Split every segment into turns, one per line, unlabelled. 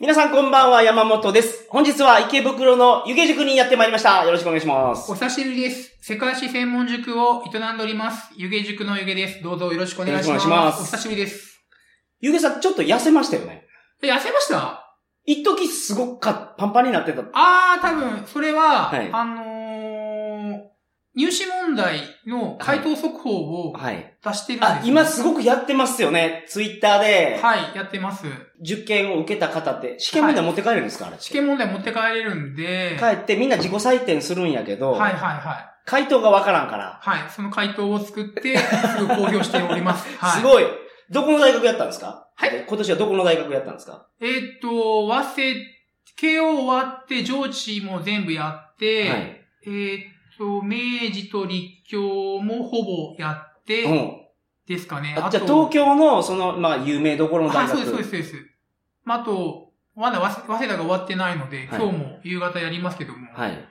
皆さんこんばんは、山本です。本日は池袋の湯気塾にやってまいりました。よろしくお願いします。
お
よ
久しぶりです。世界史専門塾を営んでおります。湯気塾の湯気です。どうぞよろしくお願いします。
よろしくお願いします
お久しぶりです。
湯気さん、ちょっと痩せましたよね。
え、痩せました
一時すごくかパンパンになってた。
あー、多分、それは、
はい
あのー、入試問題の回答速報を
はい。
出してるんですよ、
あ、今すごくやってますよね。ツイッターで、
はい、やってます。
受験を受けた方って、試験問題持って帰れるんですか、あれ。
試験問題持って帰れるんで、はい、
帰ってみんな自己採点するんやけど、
はい、はい。
回答がわからんから、
はい、その回答を作って、すぐ公表してお ります。はい。
すごい。どこの大学やったんですか
はい
で今年はどこの大学やったんですか
えーっと、和製、慶応終わって、上智も全部やって、
はい。
えーっと、明治と立教もほぼやって、
うん。
ですかね。
あじゃあ
と
東京の、その、まあ、有名どころの大
はい、
学。
そうです、そうです、そうです。まあ、あと、まだわ早稲田が終わってないので、
はい
今日も夕方やりますけども、
はい。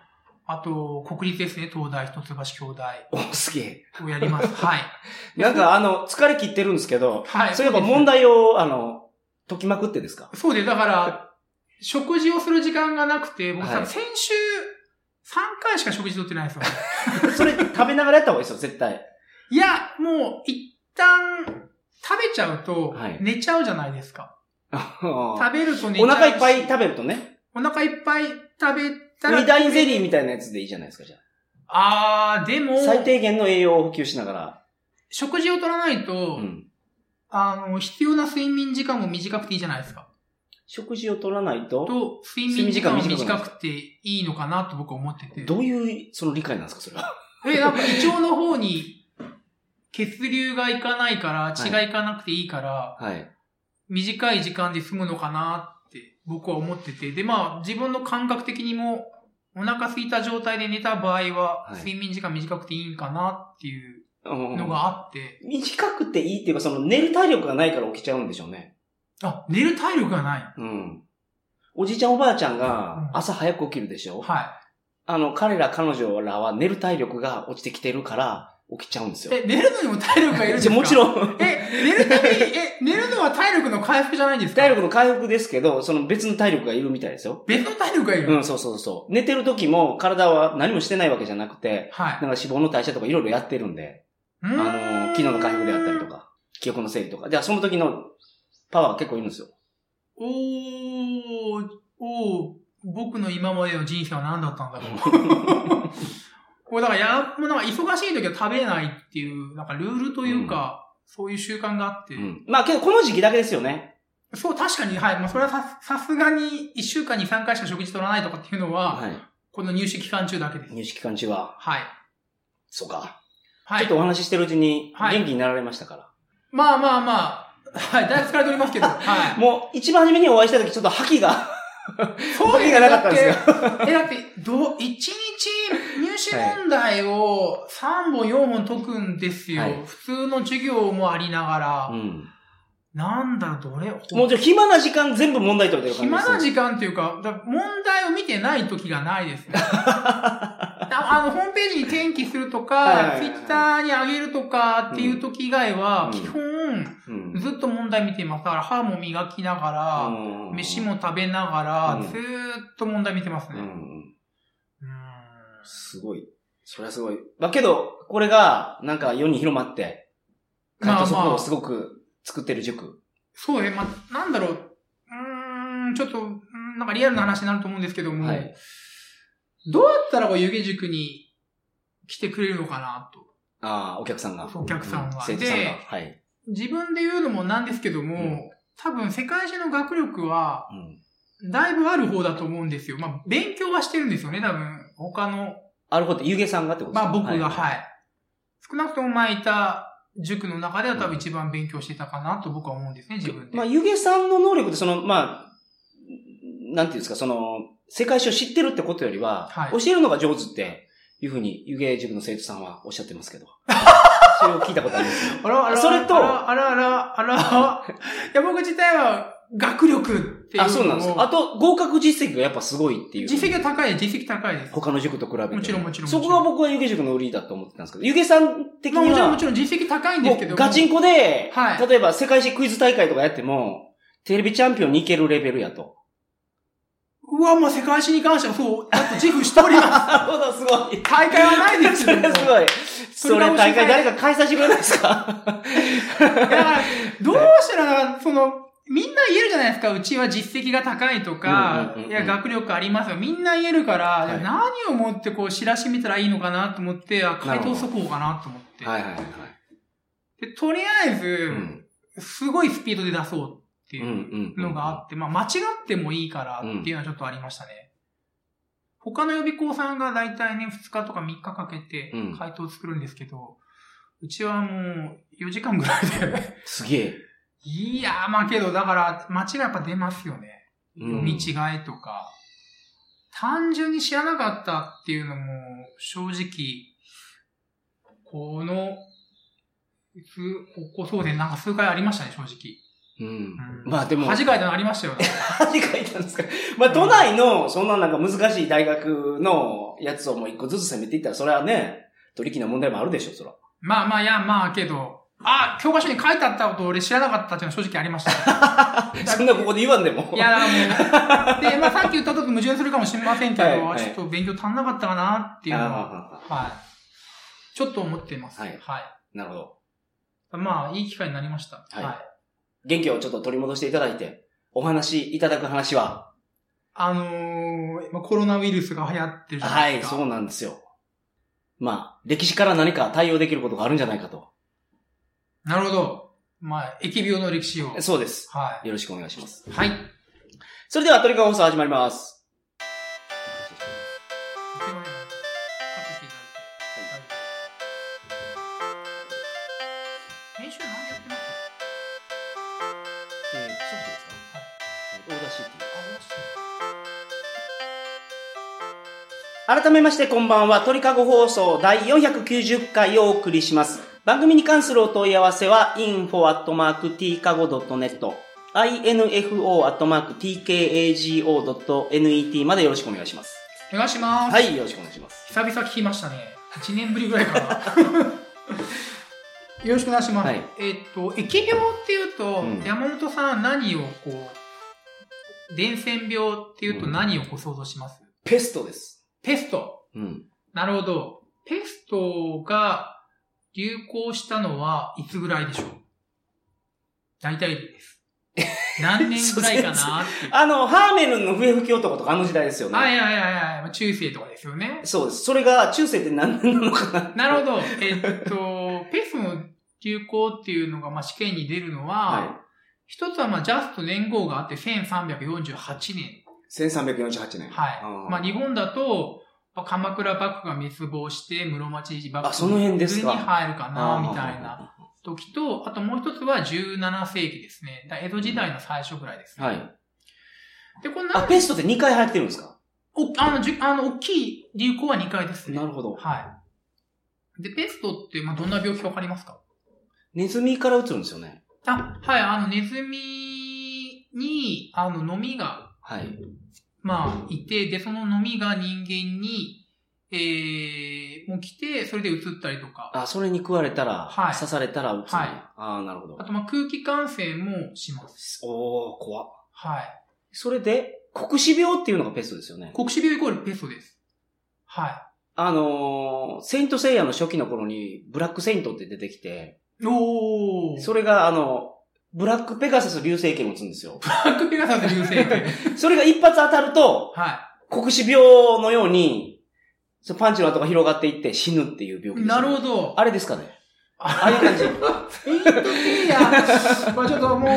あと、国立ですね、東大、一橋京大
お、すげえ。
をやり ます。はい。
なんかあの、疲れ切ってるんですけど、
はい。
そういえば
です
問題を、あの、解きまくってです か
そうです。だから、食事をする時間がなくて、僕、
はい
先週、3回しか食事取ってないんですよ。
それ食べながらやった方がいいですよ、絶対。
いや、もう、一旦、食べちゃうと
はい、
寝ちゃうじゃないですか。
お
食べると寝ちゃうし。
腹いっぱい。食べるとね、
お腹いっぱい食べたら。
二大ゼリーみたいなやつでいいじゃないですか、じゃ
あー、でも
あ。、最低限の栄養を補給しながら。
食事を取らないと、
うん。
あの、必要な睡眠時間も短くていいじゃないですか。
食事を取らないと、
と、睡眠時間も
睡眠時間
短くていいのかなと僕は思ってて。
どういう、その理解なんですか、それは。
え、なんか胃腸の方に、血流がいかないから、血がいかなくていいから、
はい。
短い時間で済むのかなって僕は思ってて。で、まあ自分の感覚的にもお腹空いた状態で寝た場合は
はい
睡眠時間短くていいんかなっていう
うん
のがあって。
短くていいっていうか、その寝る体力がないから起きちゃうんでしょうね。
あ、寝る体力がない。
うん。おじいちゃんおばあちゃん
う
が
ん
朝早く起きるでしょ、
は
あの、彼ら彼女らは寝る体力が落ちてきてるから起きちゃうんです
い。
よ。
え、寝るのにも体力がいるんですか
もち
ん。
ろん、
え、寝るために、え、寝るのは体力の回復じゃないんです か
体力の回復ですけど、その別の体力がいるみたいですよ。
別の体力がいる。
うん、そうそうそう。寝てる時も体は何もしてないわけじゃなくて、
はい
な。んか脂肪の代謝とかいろいろやってるんで、
あ
あのー、昨日の回復であったりと。か、記憶の整理とか。じゃあその時のパワーが結構いるんですよ。
おー、おー、僕の今までの人生は何だったんだろう。 こうだからや、もうなんか忙しい時は食べないっていう、なんかルールというか、そういう習慣があって、
うんまあけどこの時期だけですよね。
そう、確かに、はい、まあそれはさ、さすがに1週間に3回しか食事取らないとかっていうのは、
はい。
この入試期間中だけです。
入試期間中は、
はい。
そうか。
は
ちょっ
い
と。お話ししてるうちに
はい
元気になられましたから。
まあまあまあ、はい、だいぶ疲れてお りますけど、はい。
もう一番初めにお会いした時ちょっと覇気が、
そう
意味がなかったんです
だってえ、だって、どう、1日入試問題を3本4本解くんですよ。
はい
普通の授業もありながら、
うん。
なんだろう、どれ、
もうじゃあ暇な時間全部問題解いてる感じです
暇な時間っていうか、だ問題を見てない時がない ですね。ああの、ホームページに転記する
は
と
いはい
か、
はい
ツイ
はい
ッターに上げるとかっていう時以外は、
うん
基本、
うん
ずっと問題見てます。だから、歯も磨きながら、飯も食べなが
う
ら
ん、
ずーっと問題見てます
う
ね。うん
ん。すごい。そりゃすごい。だけど、これが、なんか世に広まって、回答速
まあ
報
ま
を
あ
すごく作ってる塾。
そうね、まあ、なんだろう、うーん、ちょっと、うんなんかリアルな話になると思うんですけども、
はい。
どうやったらこう湯気塾に来てくれるのかなと。
ああ、お客さんが。
そうお客さんが
生徒さん
で
が。はい。
自分で言うのもなんですけども、
うん
多分世界史の学力は
うん
だいぶある方だと思うんですよ。まあ勉強はしてるんですよね、多分。他の、
あるほど、湯気さんがってことです
まあ
か
僕が、はい、
い。
少なくとも前いた塾の中では多分一番勉強してたかなと僕は思うんですね、自分で。
まあ、湯気さんの能力って、その、まあ、なんていうんですか、その、世界史を知ってるってことよりは、
はい
教えるのが上手っていうふうに、湯気塾の生徒さんはおっしゃってますけど。それを聞いたことありますよ。
あらあら、
それと
あらあらあら、あら、 いや僕自体は学力っていうのを
あ、そうなんですか。あと、合格実績がやっぱすごいっていう。
実績が高い、実績高いです。
他の塾と比べて。
もちろんもちろん
そこが僕は湯気塾の売りだと思ってたんですけど、湯気さん的には、
まあもちろんもちろん実績高いんですけ
も
ども
うガチンコで、
はい
例えば世界史クイズ大会とかやっても、テレビチャンピオンに行けるレベルやと。
うわ、もう世界史に関してはそう、だって自負してお ります。
なるほど、すごい。
大会はないです
そ
けど
れ
も。
すごい。それ
それ
大会誰か開催してくれないですか
だから、どうしたら、その、みんな言えるじゃないですか。うちは実績が高いとか、
うんうんうんうん
いや、学力ありますよ。みんな言えるから、
い
でも何をもってこう、知らしめたらいいのかなと思って、あ回答速報かなと思って。
はいはいはい。
でとりあえず、
うん。
すごいスピードで出そうって
うんう
いうん
うん。
のがあって、まあ、間違ってもいいからっていうのはちょっとありましたね。他の予備校さんが大体ね、2日とか3日かけて
うん
回答を作るんですけど、うちはもう4時間ぐらいで。
すげえ。
いやー、まあけど、だから、間違いやっぱ出ますよね。
うん
読み違いとか。単純に知らなかったっていうのも、正直、この、すここそうで、なんか数回ありましたね、正直。
うん
う。ん
まあでも。
恥かいたのありましたよね。
何書いたんですか まあ、都内の、そんななんか難しい大学のやつをもう一個ずつ攻めていったら、それはね、トリッキーな問題もあるでしょ、そ ら。
まあまあ、いや、まあけど、あ、教科書に書いてあったこと俺知らなかったっていうのは正直ありました。
そんなここで言わんでも。
いや、もう、で、まあさっき言ったことと矛盾するかもしれませんけ ど、
はいはい
あちょっと勉強足んなかったかなっていうのは、
あ
はい。ちょっと思ってます。
はい
はい
ーなるほど。
まあ、いい機会になりました。
は
はいい。
元気をちょっと取り戻していただいて、お話いただく話は。
あのー、今コロナウイルスが流行ってるじゃな
はい
で
い、
すか。
そうなんですよ。まあ、歴史から何か対応できることがあるんじゃないかと。
なるほど。まあ、疫病の歴史を。
そうです。
は
よろしくお願いします。
い。はい。
それではトリカゴ放送始まります。
編集何でやってます
えー、ソフトですかオーダーシティ。改めましてこんばんは、鳥かご放送第490回をお送りします。番組に関するお問い合わせは info.tkago.net info.tkago.net までよろしくお願いします。
お願いします。
はい、よろしくお願いします。
久々聞きましたね。1年ぶりぐらい かな。よろしくお願いします。
はい
えっと、疫病っていうと、
うん
山本さん何をこう、伝染病っていうと何をこう想像します、
ペストです。
ペスト。
うん。
なるほど。ペストが流行したのはいつぐらいでしょう大体 です。何年ぐらいかなっていう。
あの、ハーメルンの笛吹き男とかあの時代ですよね。
はいはいはいはいまあ。中世とかですよね。
そうです。それが中世って何年なのかな。
なるほど。えっと、ペストの流行っていうのが、まあ、試験に出るのは、
は
一つは、まあ、ジャスト年号があって、1348年。
い。1348年。
はい。
ー
まあ、日本だと、まあ鎌倉幕府が滅亡して、室町幕府
あその辺ですか
に入るかな、
あー
みたいな。時と、あともう一つは17世紀ですね。だから江戸時代の最初ぐらいですね。
はい。
で、この
あ、
な、
ペストって2回流行ってるんですか
おあの、じゅあの、大きい流行は2回ですね。
なるほど。
はい。で、ペストって、まあ、どんな病気かわかりますか
ネズミから移るんですよね。
あ、はい、あの、ネズミに、あの、飲みが、
はい。
まあ、いて、で、その飲みが人間に、えー、もう来て、それで移ったりとか、
あ、それに食われたら、
はい
刺されたら打つ、ね。
はい
ああ、なるほど
あ。と、まあ、空気感染もします。
おー、怖っ
はい。
それで、黒死病っていうのがペストですよね。
国死病イコールペストです。は
あのー、セイントセイヤの初期の頃に、ブラックセイントって出てきて、
い。おー。
それが、あの、ブラックペガサス流星拳を打つんですよ。
バックペガサス流星拳。
それが一発当たると、
は
黒死病のように、そのパンチの跡が広がっていって死ぬっていう病気です、
い。なる
ど。
ほど。
あれですかね。ああ
あ
いう 感じ。
ペイントペイヤー。まあちょっともう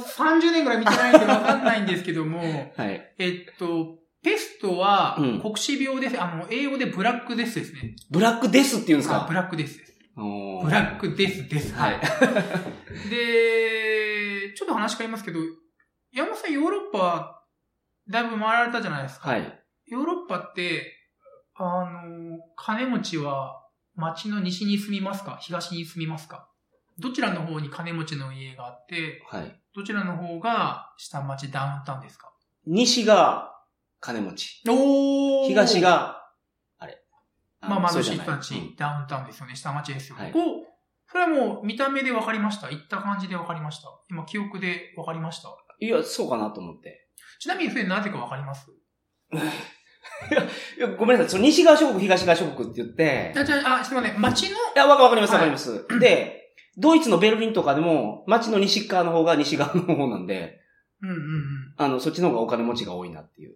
30年ぐらい見てないんでわかんないんですけども、
はい。
えっと、ペストは
うん
黒死病です。あの、英語でブラックデスですね。
ブラックデスっていうんです
あ
か
ブラックデスです。
おー
ブラックデスです。
はい。。
で、ちょっと話変わりますけど、山本さんヨーロッパ、だいぶ回られたじゃないですか。
はい。
ヨーロッパって、あの、金持ちは町の西に住みますか東に住みますかどちらの方に金持ちの家があって、
はい。
どちらの方が下町ダウンタウンですか
西が金持ち。
お
東。が、あれ。
まあ、
そ
貧
うじ
し
ゃ
い
ない
人たち、ダウンタウンですよね。下町ですよ。
はい
こう、それはもう見た目で分かりました。行った感じで分かりました。今、記憶で分かりました。
うんいや、そうかなと思って。
ちなみにそれなぜか分かります
いやごめんなさい。その西側諸国、東側諸国って言って、
あ、じゃあ、あ、すみません。街の、
いや、わかわかります、
は
わか
い
ります。で、ドイツのベルリンとかでも、街の西側の方が西側の方なんで、
うんうんうん。
あの、そっちの方がお金持ちが多いなっていう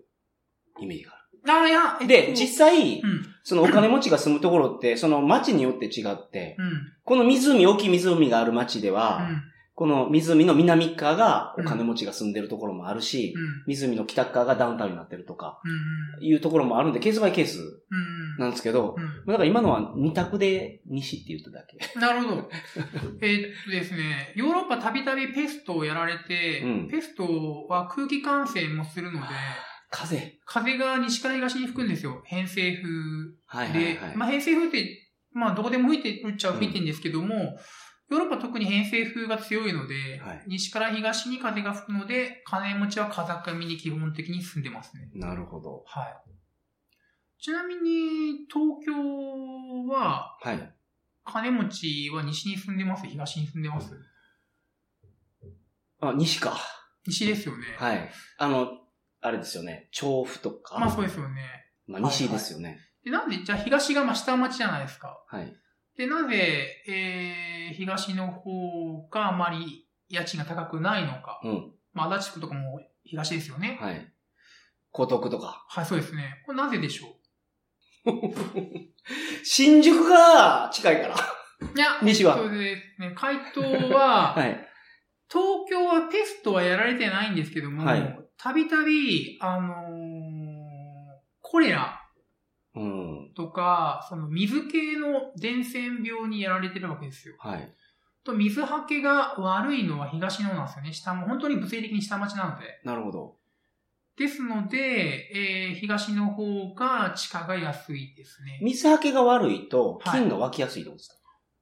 イメージがあ
あ、いや、え
る。
っと
で、実際
う、ん、
そのお金持ちが住むところって、その街によって違って、
うん、
この湖、大きい湖がある街では、この湖の南側がお金持ちが住んでるところもあるし、
うん、
湖の北側がダウンタウンになってるとか、
うん、
いうところもあるんで、ケースバイケース
うん、
なんですけど、
うん、
まあだから今のは二択で西って言っただけ。
うん。なるほど。えっとですね、ヨーロッパたびたびペストをやられて、
うん
ペストは空気感染もするので、
風。
風が西から東に吹くんですよ。偏西風
はいは
で
い、はい。
まあ偏西風って、まあどこでも吹いてるっちゃ吹いてるんですけども、ヨーロッパ特に偏西風が強いので、
はい
西から東に風が吹くので、金持ちは風上に基本的に住んでますね。
なるほど。
はい。ちなみに、東京は、
はい。
金持ちは西に住んでます東に住んでます
あ、西か。
西ですよね。
はい。あの、あれですよね。調布とか。
まあそうですよね。
まあ西ですよね。
で、なんで、じゃあ東がまあ下町じゃないですか。
はい。
で、なぜ、えー、東の方があまり家賃が高くないのか。
うん。
まあ、足立区とかも東ですよね。
はい。江東区とか。
はい、そうですね。これなぜでしょ
新宿が近いから。
ういや、
西
そ
は。
れでですね、回答 は、
はい。
東京はペストはやられてないんですけども
はい、
たびたび、あのーコレラ
うん。
とか、その水系の伝染病にやられてるわけですよ。
はい。
と、水はけが悪いのは東の方なんですよね。下も、本当に物理的に下町なので。
なるほど。
ですので、えー東の方が地価が安いですね。
水はけが悪いと、
はい
金が湧きやすいってことですか、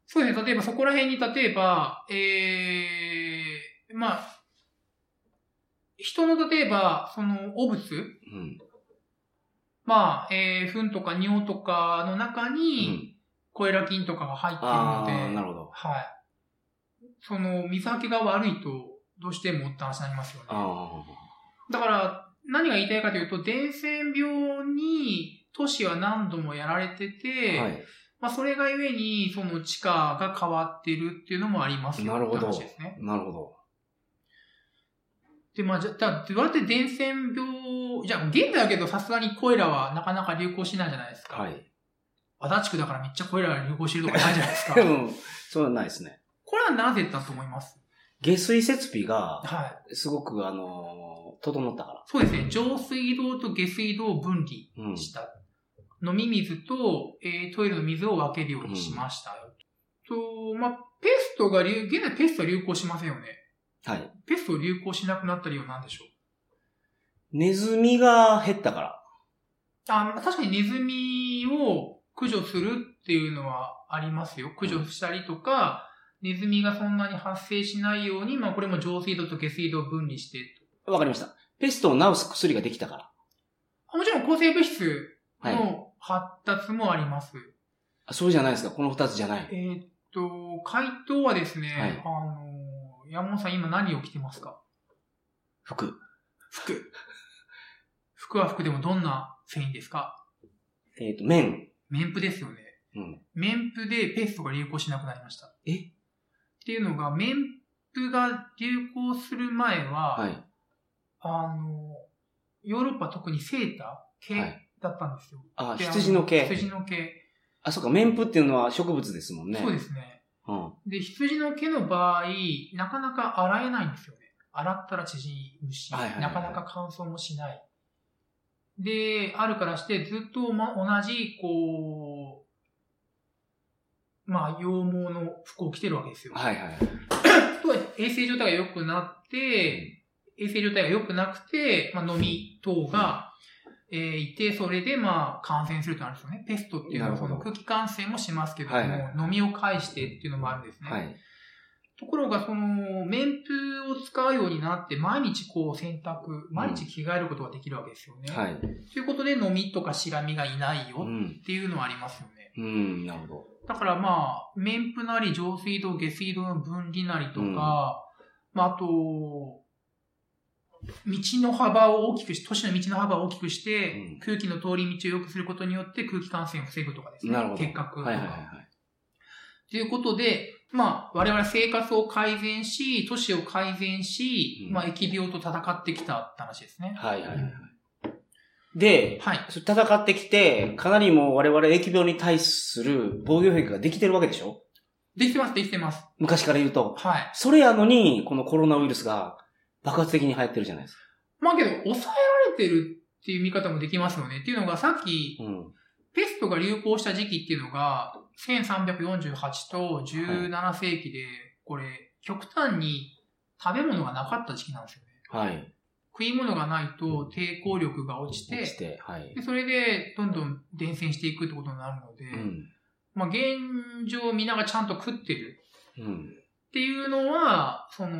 そうですね。例えばそこら辺に、例えば、えー、まあ、人の例えば、その、汚物
うん。
まあ、えー、糞とか尿とかの中に、コエラ菌とかが入
あ
ってるの
あ、
で、
なるほど。
はい。その、水はけが悪いと、どうしてもって話になりますよね。
あ
だから、何が言いたいかというと、伝染病に都市は何度もやられて
あ。
て、
はい。
まあ、それがゆえに、その地価が変わってるっていうのもありますよ
なるほど
って話ですね。
なるほど。
で、まあ、じゃ、だどうやって伝染病、じゃあ、現在だけどさすがにコエラはなかなか流行しないじゃないですか。
はい。
足立区だからめっちゃコエラが流行してるとかないじゃないです か。
う
こ
ん。そうはないですね。
れはなぜだと思います
下水設備が、
はい。
すごく、あのー整ったか
そうですね。上水道と下水道を分離
ら。うん。
した。飲み水と、えートイレの水を分けるようにしましたよ。と、まあ、ペストが流、現在ペストは流行しませんよね。
はい。
ペスト流行しなくなった理由は何でしょう
ネズミが減ったから。
あ確かにネズミを駆除するっていうのはありますよ。駆除したりとか、ネズミがそんなに発生しないように、まあこれも上水道と下水道を分離してと
わかりました。ペストを治す薬ができたから。
あもちろん抗生物質
はい。
の発達もあります。
あそうじゃないですか。この二つじゃない。
えーっと、回答はですね、
はい
あの、山本さん今何を着てますか
服。
服。服は服でもどんな繊維ですか
えっ、と、綿。
綿布ですよね。
うん。
綿布でペストが流行しなくなりました。
え
っていうのが、綿布が流行する前は、
はい。
あの、ヨーロッパ特にセーター
は
系
い
だったんですよ。
あ、
で
羊の
あ
毛。
羊の毛。
あ、そうか。綿布っていうのは植物ですもんね。
そうですね。
うん。
で、羊の毛の場合、なかなか洗えないんですよね。洗ったら縮むし、
はいはいはい
なかなか乾燥もしない。で、あるからして、ずっと、ま、同じ、こう、まあ、羊毛の服を着てるわけですよ。
はいはい。
と衛生状態が良くなって、衛生状態が良くなくて、まあ、飲み等が、えーいて、それで、まあ、感染するとなるんですよね。ペストっていう
な
のは、
るほ
そ
ど
の空気感染もしますけども、
はいは
飲みを介してっていうのもあるんですね。
はい。
ところが、その、綿布を使うようになって、毎日こう洗濯、毎日着替えることができるわけですよね。
はい。
ということで、飲みとかしらみがいないよ
う
っ
ん。
ていうのはありますよね。
うん、なるほど。
だからまあ、綿布なり上水道、下水道の分離なりとか、まああと、道の幅を大きくし、都市の道の幅を大きくして、
うん
空気の通り道を良くすることによって空気感染を防ぐとかですね。
なるほど
結核とか。
はいはいはい。
ということで、まあ、我々生活を改善し、都市を改善し、
うん
まあ、疫病と戦ってきたって話ですね。
はいはいはい。で、
はい。
それ戦ってきて、かなりもう我々疫病に対する防御変化ができてるわけでしょ
できてます、できてます。
昔から言うと。
はい。
それやのに、このコロナウイルスが爆発的に流行ってるじゃないですか。
まあけど、抑えられてるっていう見方もできますよね。っていうのが、さっき、
うん。
ペストが流行した時期っていうのが、1348と17世紀で、これ、極端に食べ物がなかった時期なんですよね。
はい。
食い物がないと抵抗力が落ちて、
落ちて、はい
で。それで、どんどん伝染していくってことになるので、
うん。
まあ、現状みんながちゃんと食ってる
うん。
っていうのは、その、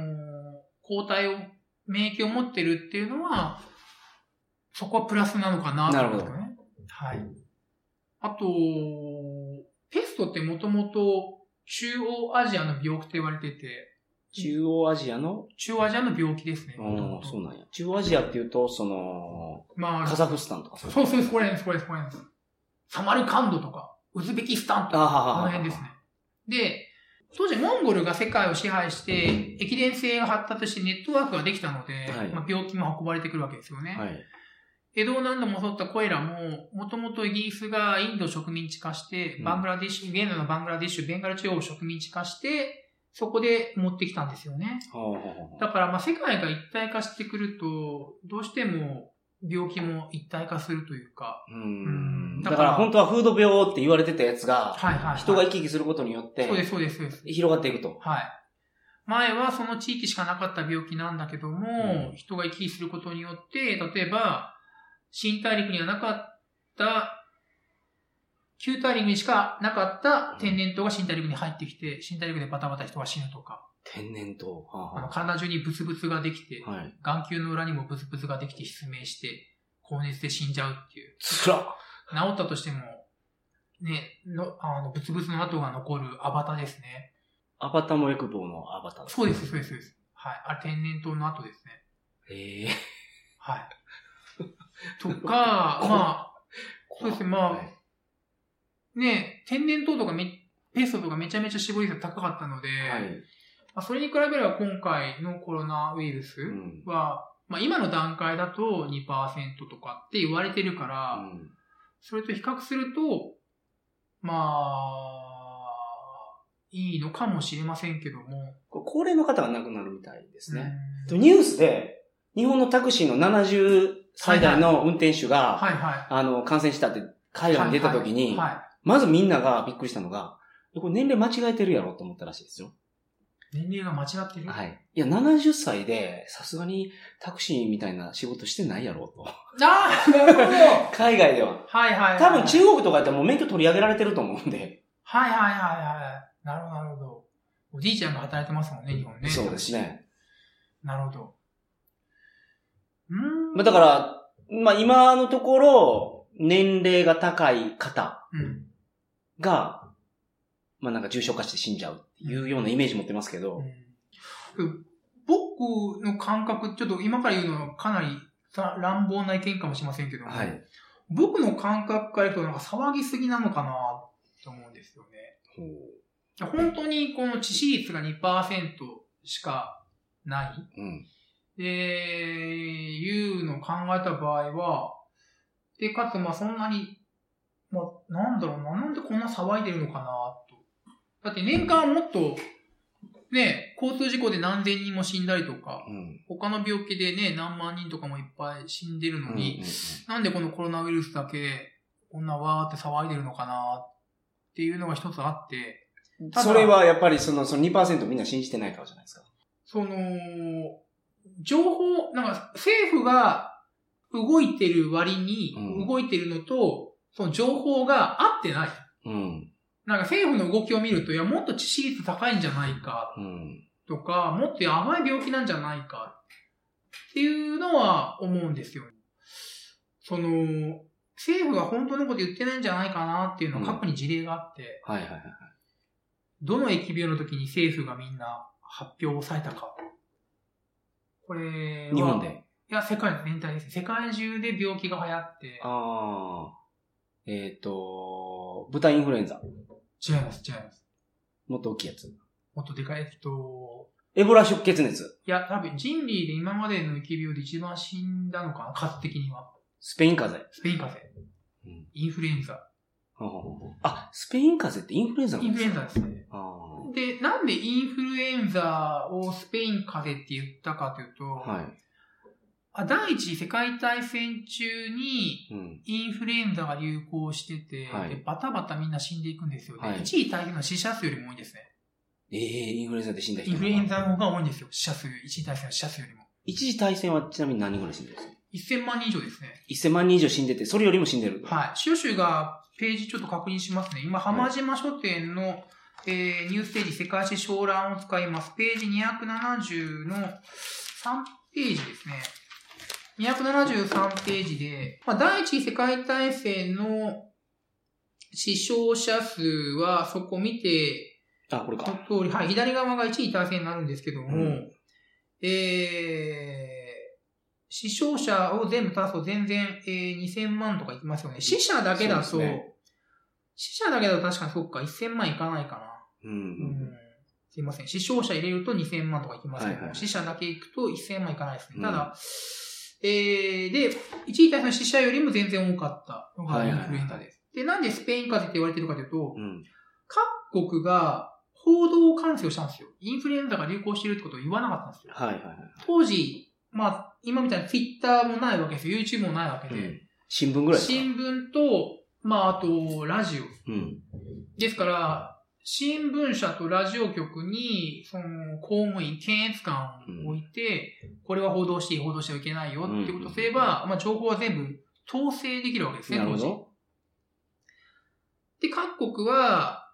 抗体を、免疫を持ってるっていうのは、そこはプラスなのかなと思うんですよね。はい。あと、ペストってもともと中央アジアの病気と言われてて、
中央アジアの、
中央アジアの病気ですね。
うん、そうなんや。中央アジアっていうと、その、
まあ、
カザフスタンとか
そうそうです、これです、これです、これです。サマルカンドとか、ウズベキスタンと
あ
か、こ
はは
の辺ですね。で、当時モンゴルが世界を支配して、駅伝性が発達してネットワークができたので、
はい
まあ、病気も運ばれてくるわけですよね。
はい。
江戸を何度も襲ったコエラも、もともとイギリスがインドを植民地化して
う、ん
バングラディッシュ、現在のバングラディッシュ、ベンガル地方を植民地化して、そこで持ってきたんですよね。
ほうほうほうほう
だから、まあ、世界が一体化してくると、どうしても病気も一体化するというか、
うん。
だ
だ
から
から本当はフード病って言われてたやつが、
はいはい、はい。
人が行き来することによって
そう、です、そうです、そうです。
広がっていくと。
はい。前はその地域しかなかった病気なんだけども、
うん
人が行き来することによって、例えば、新大陸にはなかった、旧大陸にしかなかった天然痘が新大陸に入ってきて、新大陸でバタバタ人が死ぬとか、
天然痘。はあ
あの
は
体中にブツブツができて
あ、はい。
眼球の裏にもブツブツができて失明して、高熱で死んじゃうっていう。
つらっ
治ったとしても、ね、の、あの、ブツブツの跡が残るアバタですね。
アバタもエクボのアバタだ
そうです、そうです、そうです。はい。あれ、天然痘の後ですね。
へえ。
はい。とか、まあ、そうですね、まあ、
はい
ね、天然痘とかめ、ペストとかめちゃめちゃ死亡率が高かったので、
はい。
まあ、それに比べれば今回のコロナウイルス
うん。
は、まあ今の段階だと2%とかって言われてるから、
うん
それと比較すると、まあ、いいのかもしれませんけども。
これ高齢の方が亡くなるみたいですね。
うん
ニュースで、日本のタクシーの70歳代の運転手が、
はいはい。
あの、感染したって海外に出た時に、
はいはい
まずみんながびっくりしたのが、これ年齢間違えてるやろと思ったらしいですよ。
年齢が間違ってる。
はい。いや、70歳で、さすがにタクシーみたいな仕事してないやろ と。
ああ、なるほど。は
海外では。
いはい、はい。
多分中国とかやったらもう免許取り上げられてると思うんで。
はいはいはいはい。なるほど、なるほど。おじいちゃんが働いてますもんね、日本ね。
そうです。ね。
なるほど。うーん。
まあ、だから、まあ今のところ、年齢が高い方
うん。
が、まあなんか重症化して死んじゃうっていうようなイメージ持ってますけど、
うん、僕の感覚、ちょっと今から言うのはかなりさ乱暴な意見かもしれませんけども、
はい。
僕の感覚から言うとなんか騒ぎすぎなのかなと思うんですよね。本当にこの致死率が2%しかない。
うん。
で、いうのを考えた場合は、で、かつ、まあそんなに、まあなんだろうな、なんでこんな騒いでるのかな、と。だって年間もっと、ね、交通事故で何千人も死んだりとか、
うん。
他の病気でね、何万人とかもいっぱい死んでるのに、
う
なんでこのコロナウイルスだけ、こんなわーって騒いでるのかな、っていうのが一つあって、
ん
ただ
それはやっぱりそのその2%みんな信じてないからじゃないですか。
その、情報、なんか政府が動いてる割に
う、ん
動いてるのと、その情報が合ってない。
うん。
なんか政府の動きを見ると、いや、もっと致死率高いんじゃないか
うん。
とか、もっとやばい病気なんじゃないかっていうのは思うんですよ。その、政府が本当のこと言ってないんじゃないかなっていうのは過去に事例があって、
はいはいはい。
どの疫病の時に政府がみんな発表を抑えたか。これは、
日本で。
いや、世界全体ですね。世界中で病気が流行って、
ああ。えっ、と、豚インフルエンザ。
違います、違います。
もっと大きいやつ。
もっとでかい、えっと、
エボラ出血熱。
いや、多分人類で今までの疫病で一番死んだのかな、数的には。
スペイン風邪。
スペイン風邪
うん。
インフルエンザ。
ほうほうほうほうあ、スペイン風邪ってインフルエンザなん
イン
で
フ
す
ルエン
か
ザですね。
あー
で、なんでインフルエンザをスペイン風邪って言ったかというと、
はい。
あ第一次世界大戦中に
うん。
インフルエンザが流行してて、
はい
でバタバタみんな死んでいくんですよ、ね。
はい
1位大戦の死者数よりも多いんですね。
ええインフルエンザで死んだ人
イン
が
フルエンザの方が多いんですよ。死者数、1位大戦の死者数よりも。
一次大戦はちなみに何人ぐらい死んでるんで
1000万人以上ですね。
すか ?1000 万人以上死んでて、それよりも死んでる。
はい。収集がページちょっと確認しますね。今、浜島書店の、えーニューステージ世界史小覧を使います。ページ270の3ページですね。273ページで、まあ、第一次世界大戦の死傷者数はそこ見て、
あ、これ
こ
か。
の通り、はい、左側が1位大戦になるんですけども、
うん
えー死傷者を全部足すと全然、えー2000万とかいきますよね。死者だけだ
そ
と、
うですね
死者だけだと確かにそっか、1000万いかないか
うん
な。うんすいません。死傷者入れると2000万とかいきますけども、
はいはい
死者だけいくと1000万いかないですね。
うん
ただ、えーで、1位対の死者よりも全然多かったの
は
が
い
イ
は
ン
いはい
フルエンザです。で、なんでスペイン風邪って言われてるかというと、
うん。うん。
各国が報道管制をしたんですよ。インフルエンザが流行しているってことを言わなかったんですよ。
はいはいは
当時、まあ、今みたいに Twitter もないわけですよ。YouTube もないわけ
い。う
で。
ん。新聞ぐらいですか
新聞と、まあ、あと、ラジオ。
うん。
ですから、新聞社とラジオ局に、その、公務員、検閲官を置いて、これは報道していい、報道してはいけないよってことをすれば、まあ、情報は全部統制できるわけですね、
なるほ
当時。
ど。
で、各国は、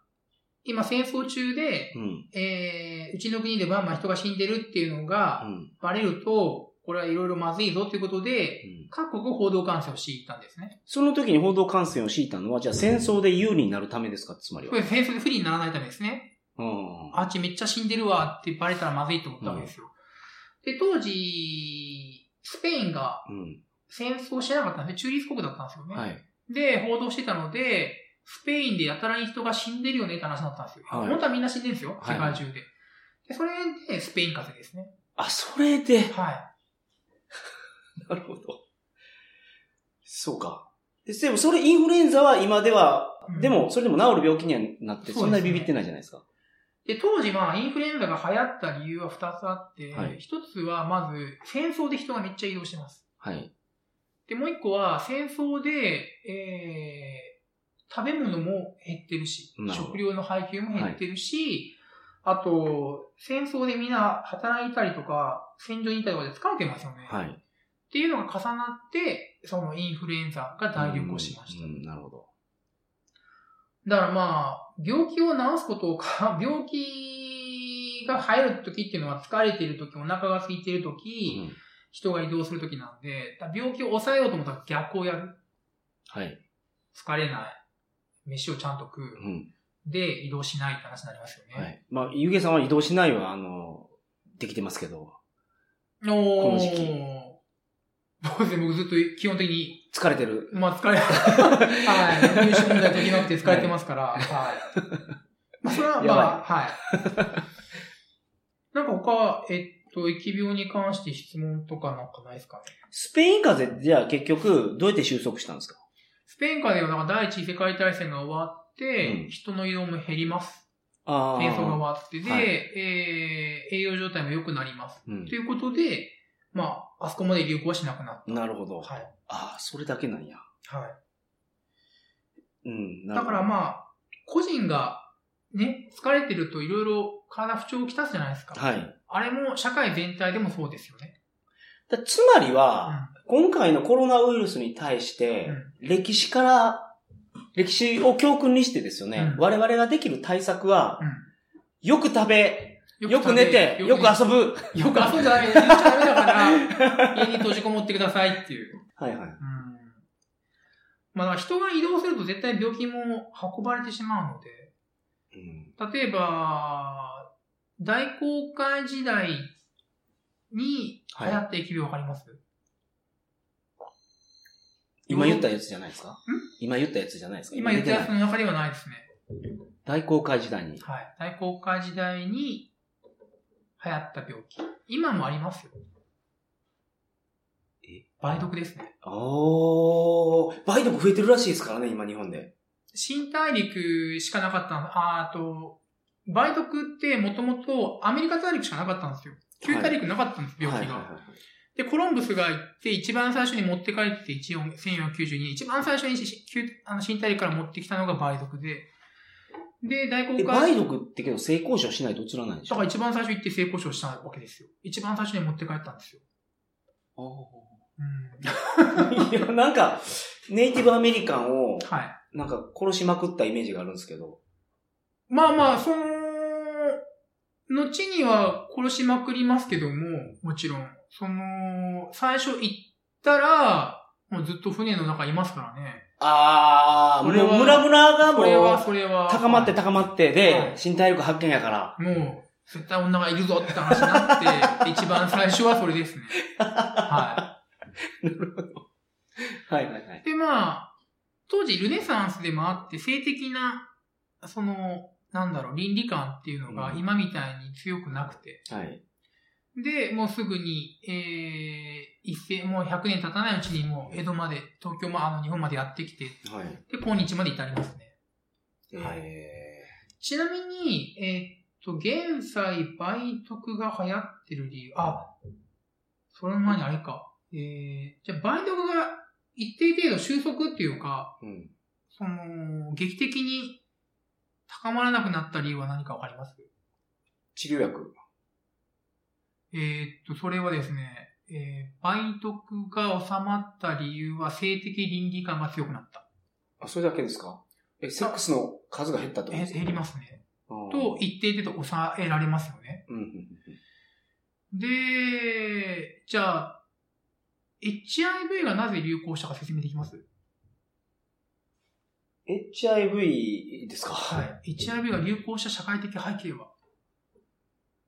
今戦争中で、
うん。
えーうちの国でバンバン人が死んでるっていうのが
うん。
バレると、これはいろいろまずいぞということで、
うん
各国報道管制を敷いたんですね。
その時に報道感染を敷いたのは、じゃあ戦争で有利になるためですかつまり
これ
は。
戦争で不利にならないためですね。
うん。
あっちめっちゃ死んでるわってバレたらまずいと思ったわけですよ。で、当時、スペインが
うん。
戦争してなかったんで、中立国だったんですよね。
はい。
で、報道してたので、スペインでやたらに人が死んでるよねって話だったんですよ。
はい
本当はみんな死んでるんですよ、
はい
世界中で。でそれで、スペイン風邪ですね。
あ、それで。
はい。
なるほど。そうか。ででも、それインフルエンザは今では、
うん
でも、それでも治る病気にはなって、
そ
そ
うん
な
ですね
にビビってないじゃないですか。
で、当時、まあ、インフルエンザが流行った理由は2つあって、
はい
一1つは、まず、戦争で人がめっちゃ移動してます。
はい。
で、もう1個は、戦争で、えー、食べ物も減ってるし
な、るほど
食料の配給も減ってるし、あと、戦争でみんな働いたりとか、戦場にいたりとかで疲れてますよね。
はい。
っていうのが重なって、そのインフルエンザが大流行しました。
うんうんなるほど。
だからまあ、病気を治すことをか、 病気が入る時っていうのは疲れている時、お腹が空いている時、
うん
人が移動する時なんで、だから病気を抑えようと思ったら逆をやる。
はい。
疲れない。飯をちゃんと食う。
うん。
で、移動しないって話になりますよね。
はい。まあ、ゆうげさんは移動しないは、あの、できてますけど、
おー
この時期
そうですね、僕ずっと基本的に、
疲れてる。
まあ疲 れ、はい、入手問題解きなくて疲れてますから、はい。まあそれはまあ、はい。 なんか他、えっと、疫病に関して質問とかなんかないですかね。
スペイン風邪ってじゃあ結局、どうやって収束したんですか
スペインからではなんか第一次世界大戦が終わって、
うん
人の移動も減ります。
あ
戦争が終わって、で、
はい
えー栄養状態も良くなります。
うん
と。いうことで、まあ、あそこまで流行はしなくなった。
なるほど。
はい。
ああ、それだけなんや。
はい。
うん。な
だ
るほ
か
ど
らまあ、個人がね、疲れてるといろいろ体不調をきたすじゃないですか。
はい。
あれも社会全体でもそうですよね。
だつまりは、今回のコロナウイルスに対して、歴史から、歴史を教訓にしてですよね、
うん
我々ができる対策は、
うん
よく食べ、
うん
よく寝て、よく
よ
遊ぶ。
くよく遊んじゃダメ、よく遊んじゃダメだから、家に閉じこもってくださいっていう。
はいはい。
うんまあ、だから人が移動すると絶対病気も運ばれてしまうので、
うん
例えば、大航海時代に流行った疫病わかります、
今言ったやつじゃないですか今言ったやつじゃないですか
今言ったやつ
出てない
の中ではないですね。
大航海時代に。
はい。大航海時代に流行った病気。今もありますよ。
え
梅毒ですね。
おー、梅毒増えてるらしいですからね、今日本で。
新大陸しかなかったの、あーあと、梅毒ってもともとアメリカ大陸しかなかったんですよ。旧大陸なかったんです、病気が。
はいはいはいはい
で、コロンブスが行って、一番最初に持って帰って、14 1492年、一番最初にし旧あの新大陸から持ってきたのが梅毒で、で、大航
え
海
梅毒ってけど性交渉しないと映らないでし
だ
ょ
から一番最初行って性交渉したわけですよ。一番最初に持って帰ったんですよ。う
い
ん。
や、なんか、ネイティブアメリカンを、
はい。
なんか殺しまくったイメージがあるんですけど。
まあまあ、その、後には殺しまくりますけども、もちろん。その、最初行ったら、もうずっと船の中いますからね。
あー、
これは
もうムラムラが
それ
も
は、
う、
それは。
高まって高まって
は
で、
い
新大陸発見やから。
もう、絶対女がいるぞって話になって、一番最初はそ れですね。は
はいはいはい。
い。で、まあ、当時ルネサンスでもあって、性的な、その、なんだろう、倫理観っていうのが
うん
今みたいに強くなくて。
はい。
で、もうすぐに、えー、一世、もう100年経たないうちにもう江戸まで、東京もあの日本までやってきて、
はい。
で、今日まで至りますね。はい
え
ちなみに、えーっと、現在、梅毒が流行ってる理由、あ、その前にあれか。えー、じゃあ梅毒が一定程度収束っていうか、
ーうん。
その、劇的に高まらなくなった理由は何かわかります
治療薬。
えーっと、それはですね、えー、梅毒が収まった理由は性的倫理観が強くなった。
あ、それだけですかえ、セックスの数が減ったってこと
え
ですか
減りますね。
あー
と、一定程度抑えられますよね。
うんうんうん
で、じゃあ、HIV がなぜ流行したか説明できます
HIV ですか
い。HIV が流行した社会的背景は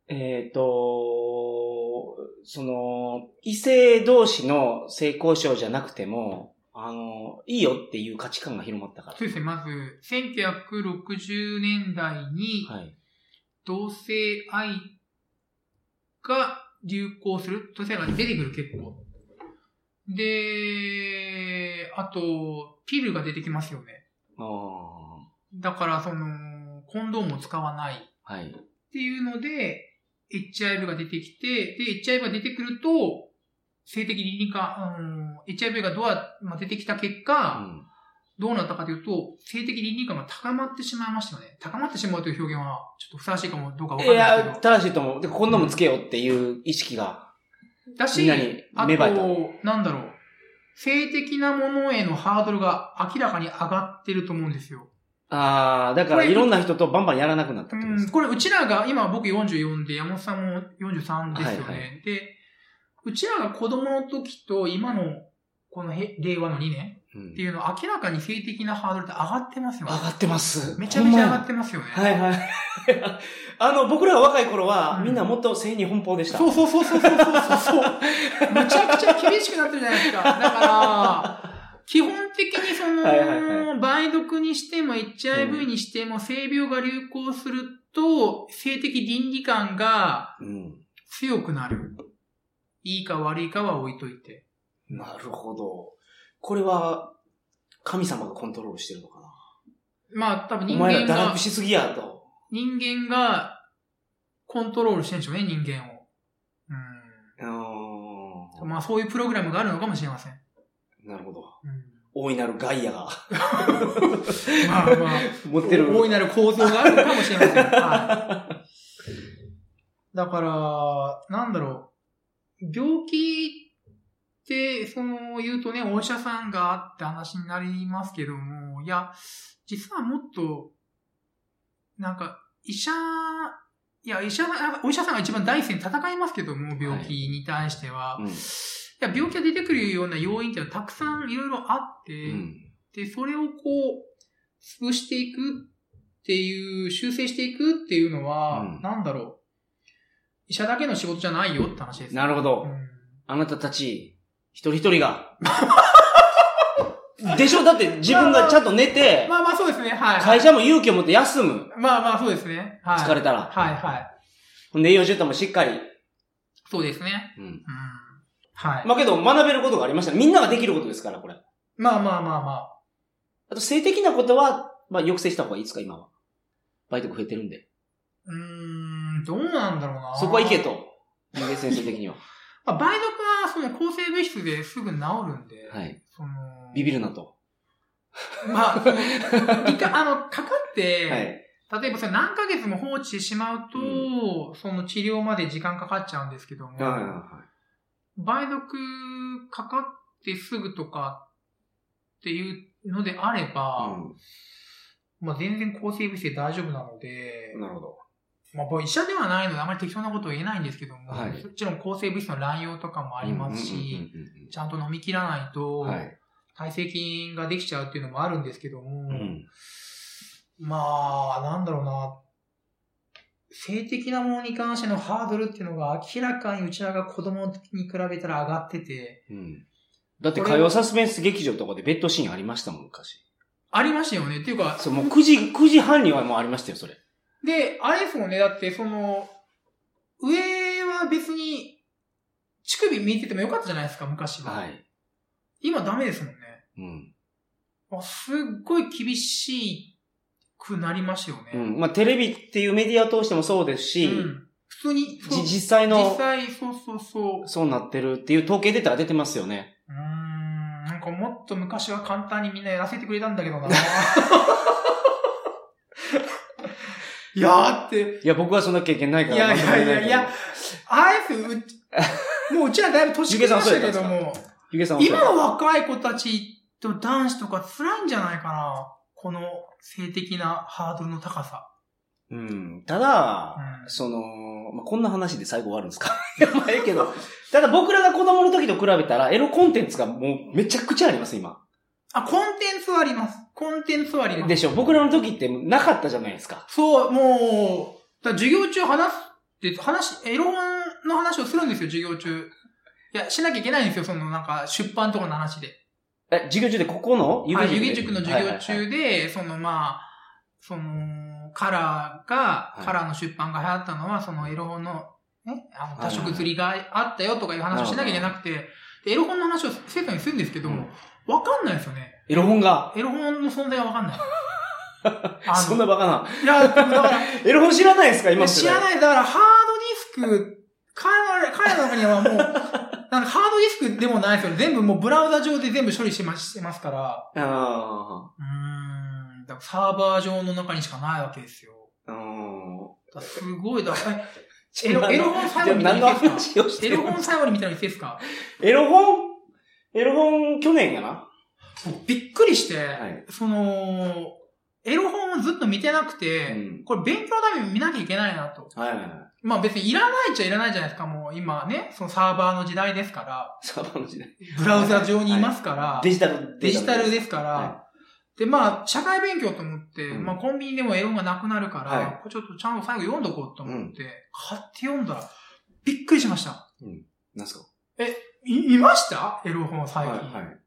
えっ、と、その、異性同士の性交渉じゃなくても、あの、いいよっていう価値観が広まったから
そう。ですね、まず、1960年代に
はい。
同性愛が流行する、同性愛が出てくる結構。で、あと、ピルが出てきますよね。
あ
だから、その、コンドームを使わない。
あ、はい。
っていうので、HIV が出てきて、で、HIV が出てくると、性的倫理観、うん、HIV がどうや、まあ、出てきた結
う
果、
ん
どうなったかというと、性的倫理観が高まってしまいましたよね。高まってしまうという表現は、ちょっとふさわしいかもどうかわ
い
からない
や
で、す
正しいと思う。で、こんなもんつけようっていう意識が、
けど。だし、
みんなに
あ
芽生えた。
と、なんだろう。性的なものへのハードルが明らかに上がってると思うんですよ。
ああ、だから
これ
いろんな人とバンバンやらなくなった
う
ってことです
ん、
か。
これ、うちらが、今僕44で、山本さんも43ですよね。
はいは
で、うちらが子供の時と今の、このへ令和の2年
うん
っていうのは明らかに性的なハードルって上がってますよ
上
ね。
がってます。
めちゃめちゃ上
ほんま
が
や
ってますよね。
はいはい。 あの、僕らが若い頃は、
うん
みんなもっと性に奔放でした。
そうそうそうそうそうそうそう。むちゃくちゃ厳しくなってるじゃないですか。だから、基本的にその、
はいはいは
梅毒にしても HIV にしても性病が流行すると、性的倫理観が
うん。
強くなる。いいか悪いかは置いといて。
なるほど。これは、神様がコントロールしてるのかな。
まあ多分
お
人
前
間
ら堕
が
落、しすぎやと。
人間がコントロールしてるんでしょうね、人間を。
うー
うんん。まあそういうプログラムがあるのかもしれません。
なるほど。
うん、
大いなるガイアが
まあまあ。
持ってる。
大いなる構造があるかもしれ ません。はい、だから、なんだろう。病気って、その、言うとね、お医者さんがって話になりますけども、いや、実はもっと、なんか、医者、いや、医者が、なんかお医者さんが一番第一線に戦いますけども、病気に対しては。
うん
いや、病気が出てくるような要因っていうのはたくさんいろいろあって、
うん。
で、それをこう、潰していくっていう、修正していくっていうのは、
うん
なんだろう。医者だけの仕事じゃないよって話です。
なるほ
う
ど。
ん
あなたたち、一人一人が、 でしょだって自分がちゃんと寝て、
まあまあそうですね、はい。
会社も勇気を持って休む。
まあまあそうですね。はい。
疲れたら。
はいはい。
ほんで栄養習得もしっかり。
そうですね。
うん。
うん。はい。
まあけど学べることがありました。みんなができることですから、これ。
まあまあまあまあ。
あと性的なことは、まあ抑制した方がいいですか、今は。バイトが増えてるんで。
うーん、どうなんだろうな。
そこはいけ。と。人間先生的 には。
まあ、梅毒はその抗生物質ですぐ治るんで、
はい。
その、
ビビるなと。
まあ、その一回、あの、かかって、
はい。
例えばそれ何ヶ月も放置してしまうと、その治療まで時間かかっちゃうんですけども、
は
梅毒かかってすぐとかっていうのであれば、まあ全然抗生物質で大丈夫なので、
なるほど。
まあ僕医者ではないのであまり適当なことは言えないんですけども、
はい
もちろん抗生物質の乱用とかもありますし、
うんうんうんうんうん
ちゃんと飲み切らないと、
はい。
耐性菌ができちゃうっていうのもあるんですけども、
うん。
まあ、なんだろうな、性的なものに関してのハードルっていうのが明らかにうちらが子供に比べたら上がってて、
うん。だって火曜サスペンス劇場とかでベッドシーンありましたもん、昔。
ありましたよね。っていうか、
そう、もう9時、9時 半にはもうありましたよ、それ。
で、あれですもんね、だってその、上は別に乳首見えててもよかったじゃないですか、昔は。
はい。
今ダメですもんね。
うん。
あすっごい厳しくなりましたよね。
うん。まあ、テレビっていうメディアを通してもそうですし、
うん普通に、そう
じ実際の
実際、そうそうそう。う
そうなってるっていう統計出たら出てますよね。
ーん、なんかもっと昔は簡単にみんなやらせてくれたんだけどな。い やーって、
いや、僕はそんな経験ないから。
いやいやいや
まともになけど
いや。あえてうち、もううちらだいぶ年食いましたけども、
ゆげさんはそう
今
やった
の若い子たちと男子とか辛いんじゃないかな。この性的なハードルの高さ。
うん。ただ、
うん
その、まあ、こんな話で最後終わるんですか やばいけど。ただ僕らが子供の時と比べたら、エロコンテンツがもうめちゃくちゃあります、今。
あ、コンテンツはあります。コンテンツはあります。
でしょ僕らの時ってなかったじゃないですか。
そう、もう、だから授業中話すって、話、エロ本の話をするんですよ、授業中。いや、しなきゃいけないんですよ、そのなんか、出版とかの話で。
え、授業中でここの
はい、
で
湯気塾の授
は
業
いはいはい
中で、そのまあ、その、カラーが
は、い
カラーの出版が流行ったのは、そのエロ本の、ね、あの、
はいは
多
い
色釣りがあったよとかいう話をしなきゃいけなくて、でエロ本の話を生徒にするんですけど、
う
わ、
ん
かんないですよね。
エロ本が、
エロ本の存在がわかん ない。
そんなバカな。
いや、だから、
エロ本知らないですか今
知ら
い。
ない。だから、ハードディスク、彼ら彼らの中に はもう、なんかハードディスクでもないですよね。全部もうブラウザ上で全部処理してますしてますから。
あ
うーん。だからサーバー上の中にしかないわけですよ。
ーうん。
だからすごい、だからエロエロ本最後に
じゃあ何の
見ていいで
話をして
エ
る
ロ本最後に見たのにいつですか
エロ本、エロ本去年やな
僕びっくりして、
い
その、エロ本をずっと見てなくて、
うん
これ勉強のために見なきゃいけないなと。
はいはいはい。
まあ別にいらないっちゃいらないじゃないですか、もう今ね、そのサーバーの時代ですから。
サーバーの時代。
ブラウザ上にいますから、
デジタル、
デジタル
で。
ですから、
は
で、まあ、社会勉強と思って、
うん
まあ、コンビニでもエロがなくなるから、
はい
これちょっとちゃんと最後読んどこうと思って、買って読んだら、びっくりしました。
なんすか
い、いましたエロ本最近、
はいはい。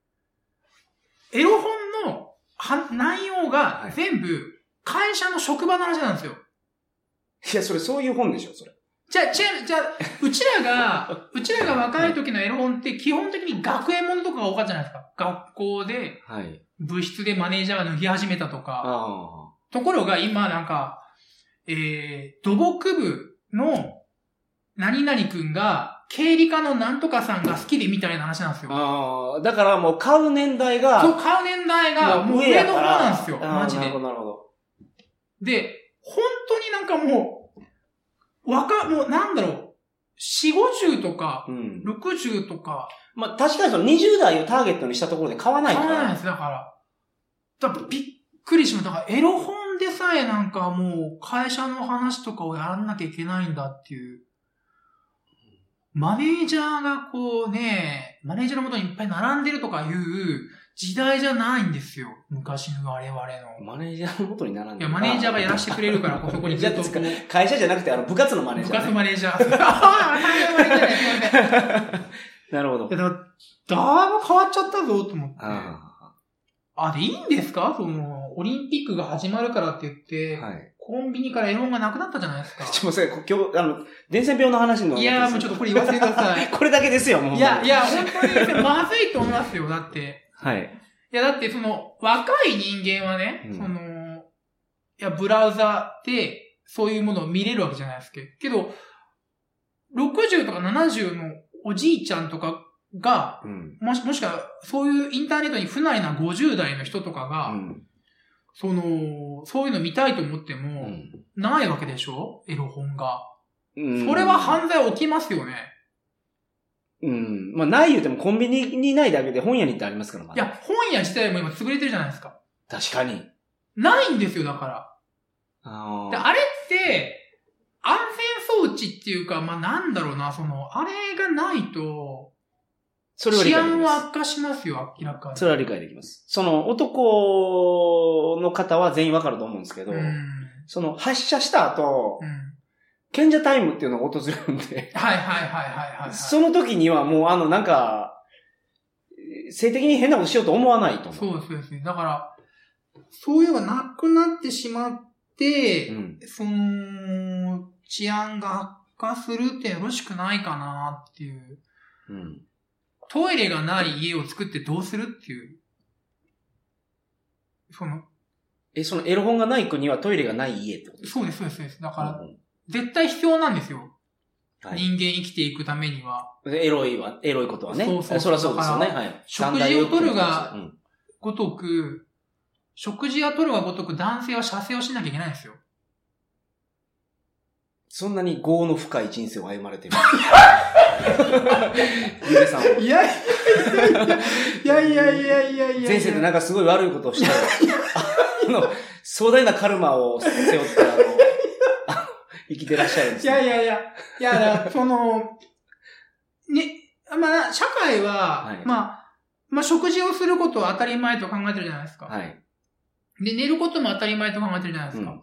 エロ本のは内容
は
が
い
全部、会社の職場の話なんですよ。
いや、それそういう本でしょ、それ。
じゃあ、ちなじゃあ、うちらが、 うちらが若い時のエロ本って基本的に学園ものとかが多かったじゃないですか。学校で
はい。
部室でマネージャーが脱ぎ始めたとか。
あ
ところが今なんか、えー、土木部の何々くんが、経理課のなんとかさんが好きでみたいな話なんです
あ。
よ。
ああ。だからもう買う年代が、
そう、買う年代がもう上
や
の
か
方
ら
なんですよ、
あー
マジ
なる
で
ほ。ど、なるほど。
で、本当になんかもう、わか、もうなんだろう、四五十とか、
うん。
六十とか、
まあ、確かにその20代をターゲットにしたところで買わな
買
いか
わ
ら。
ないです、だから。だからびっくりしました。だからエロ本でさえなんかもう会社の話とかをやらなきゃいけないんだっていう。マネージャーがこうね、マネージャーのことにいっぱい並んでるとかいう時代じゃないんですよ。昔の我々の。
マネージャーのことに並ん
い
で
や、
るな
マネージャーがやらせてくれるから、こうそこにずっとこう。
会社じゃなくて、あの、部活のマネー
部
ジャー、
活
ね。
マネージャー。ああ、マネージャーねすいませんい
なるほど。
やだからだいぶ変わっちゃったぞ、と思って。
あ
あ、でいいんですかその、オリンピックが始まるからって言って、
はい。
コンビニからエロンがなくなったじゃないです か。
ちょっとすいません、今日、あの、伝染病の話の。
いやーもうちょっとこれ言わせてくだ さい。
これだけですよ、もう。
いや、い。や、本当にまずいと思いますよ、だって。
はい。
いや、だってその、若い人間はね、
うん
その、いや、ブラウザで、そういうものを見れるわけじゃないですけど、けど、60とか70のおじいちゃんとかが、
うん。
もし、もしくは、そういうインターネットに不慣れな50代の人とか
う
が、
ん。
その、そういうの見たいと思っても、ないわけでしょエロ本が。
うん
それは犯罪起きますよね。
うん。まあ、ない言うてもコンビニにないだけで本屋にってありますから、ま
い
だ。
や、本屋自体も今潰れてるじゃないですか。
確かに。
ないんですよ、だから。
あ
で
ー
あれって、安全装置っていうか、まあ、なんだろうな、その、あれがないと、
それは理
治
解でき
安
ま
は
す。
悪化しますよ、明らかに。
それは理解できます。その、男の方は全員わかると思うんですけど、
うん。
その、発射した後
う、ん。
賢者タイムっていうのが訪れるんで、
はいはいはいはいはい、はい。
その時にはもうあの、なんか、性的に変なことしようと思わないと思う。
そうですそうですね。だから、そういうのがなくなってしまって、
うん。
その、治安が悪化するってよろしくないかなっていう。
うん。
トイレがない家を作ってどうするっていう。その、
え、そのエロ本がない国はトイレがない家ってことですか
そうです、そうです、そうです。だから、
うん
絶対必要なんですよ。
はい。
人間生きていくためには。
エロいは、エロいことはね。
そうそう
そりゃそうですよね。
だか
はい。
食事を取
三大欲求の
るが
一つうん
ごとく、食事は取るがごとく男性は射精をしなきゃいけないんですよ。
そんなに業の深い人生を歩まれて る。ゆうべさんは。
いやいやいやいやいやい
前世でなんかすごい悪いことをした。あの、壮大なカルマを背負って、あの、あ生きてらっしゃるんです
い
ね
やいやいや、いや、だか らその、ね、まあ、社会は、
はい
まあ、まあ、食事をすることを当たり前と考えてるじゃないですか。
はい。
で、寝ることも当たり前と考えてるじゃないで
う
すか。
ん。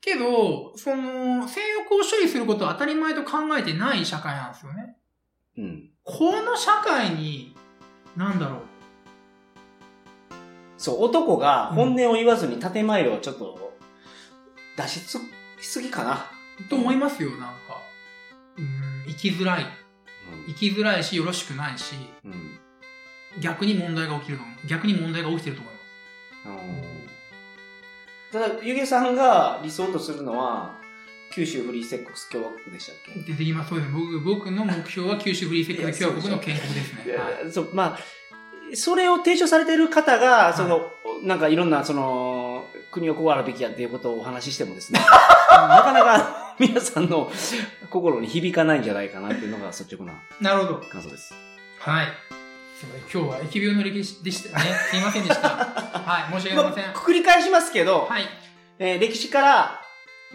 けど、その、性欲を処理することを当たり前と考えてない社会なんですよね。
うん。
この社会に、なんだろう。
そう、男が本音を言わずに建前をちょっと出しつしすぎかな。
と思いますよ、なんか。うん、生きづらい。生きづらいし、よろしくないし、
うん。うん。
逆に問題が起きると思う。逆に問題が起きてると思います。
ただ、ゆげさんが理想とするのは、九州フリーセックス共和国でしたっけ
出てきます。そうです。僕、僕の目標は九州フリーセックス共和国の建国ですね。はい。
そう、まあ、それを提唱されてる方が、
い
その、なんかいろんな、その、国をこうあるべきやっていうことをお話ししても ですね、なかなか皆さんの心に響かないんじゃないかなっていうのが率直な
なるほど。
感想です。
はい。すいません今日は疫病の歴史でしたね。すいませんで した。はい。申し訳ありません。
まあ繰り返しますけど、
はい。
えー歴史から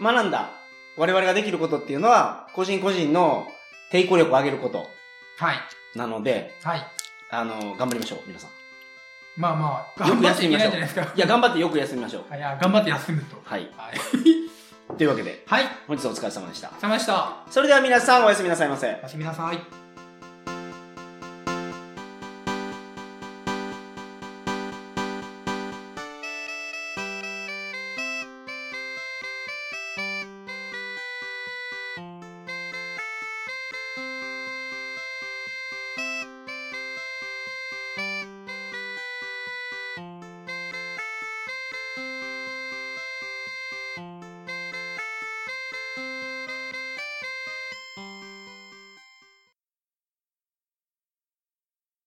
学んだ我々ができることっていうのは、個人個人の抵抗力を上げること
はい。
なので、
はい。
あの、頑張りましょう、皆さん。
まあまあ、
よ
頑
く
張っ
休
てい
み
け
ましょう
ないじゃないですか。
いや、頑張ってよく休みましょう。
いや、頑張って休むと。
はい。
はい。
というわけで、
はい。
本日はお疲れ様でした。
さまでした。
それでは皆さんおやすみなさいませ。
おやすみなさい。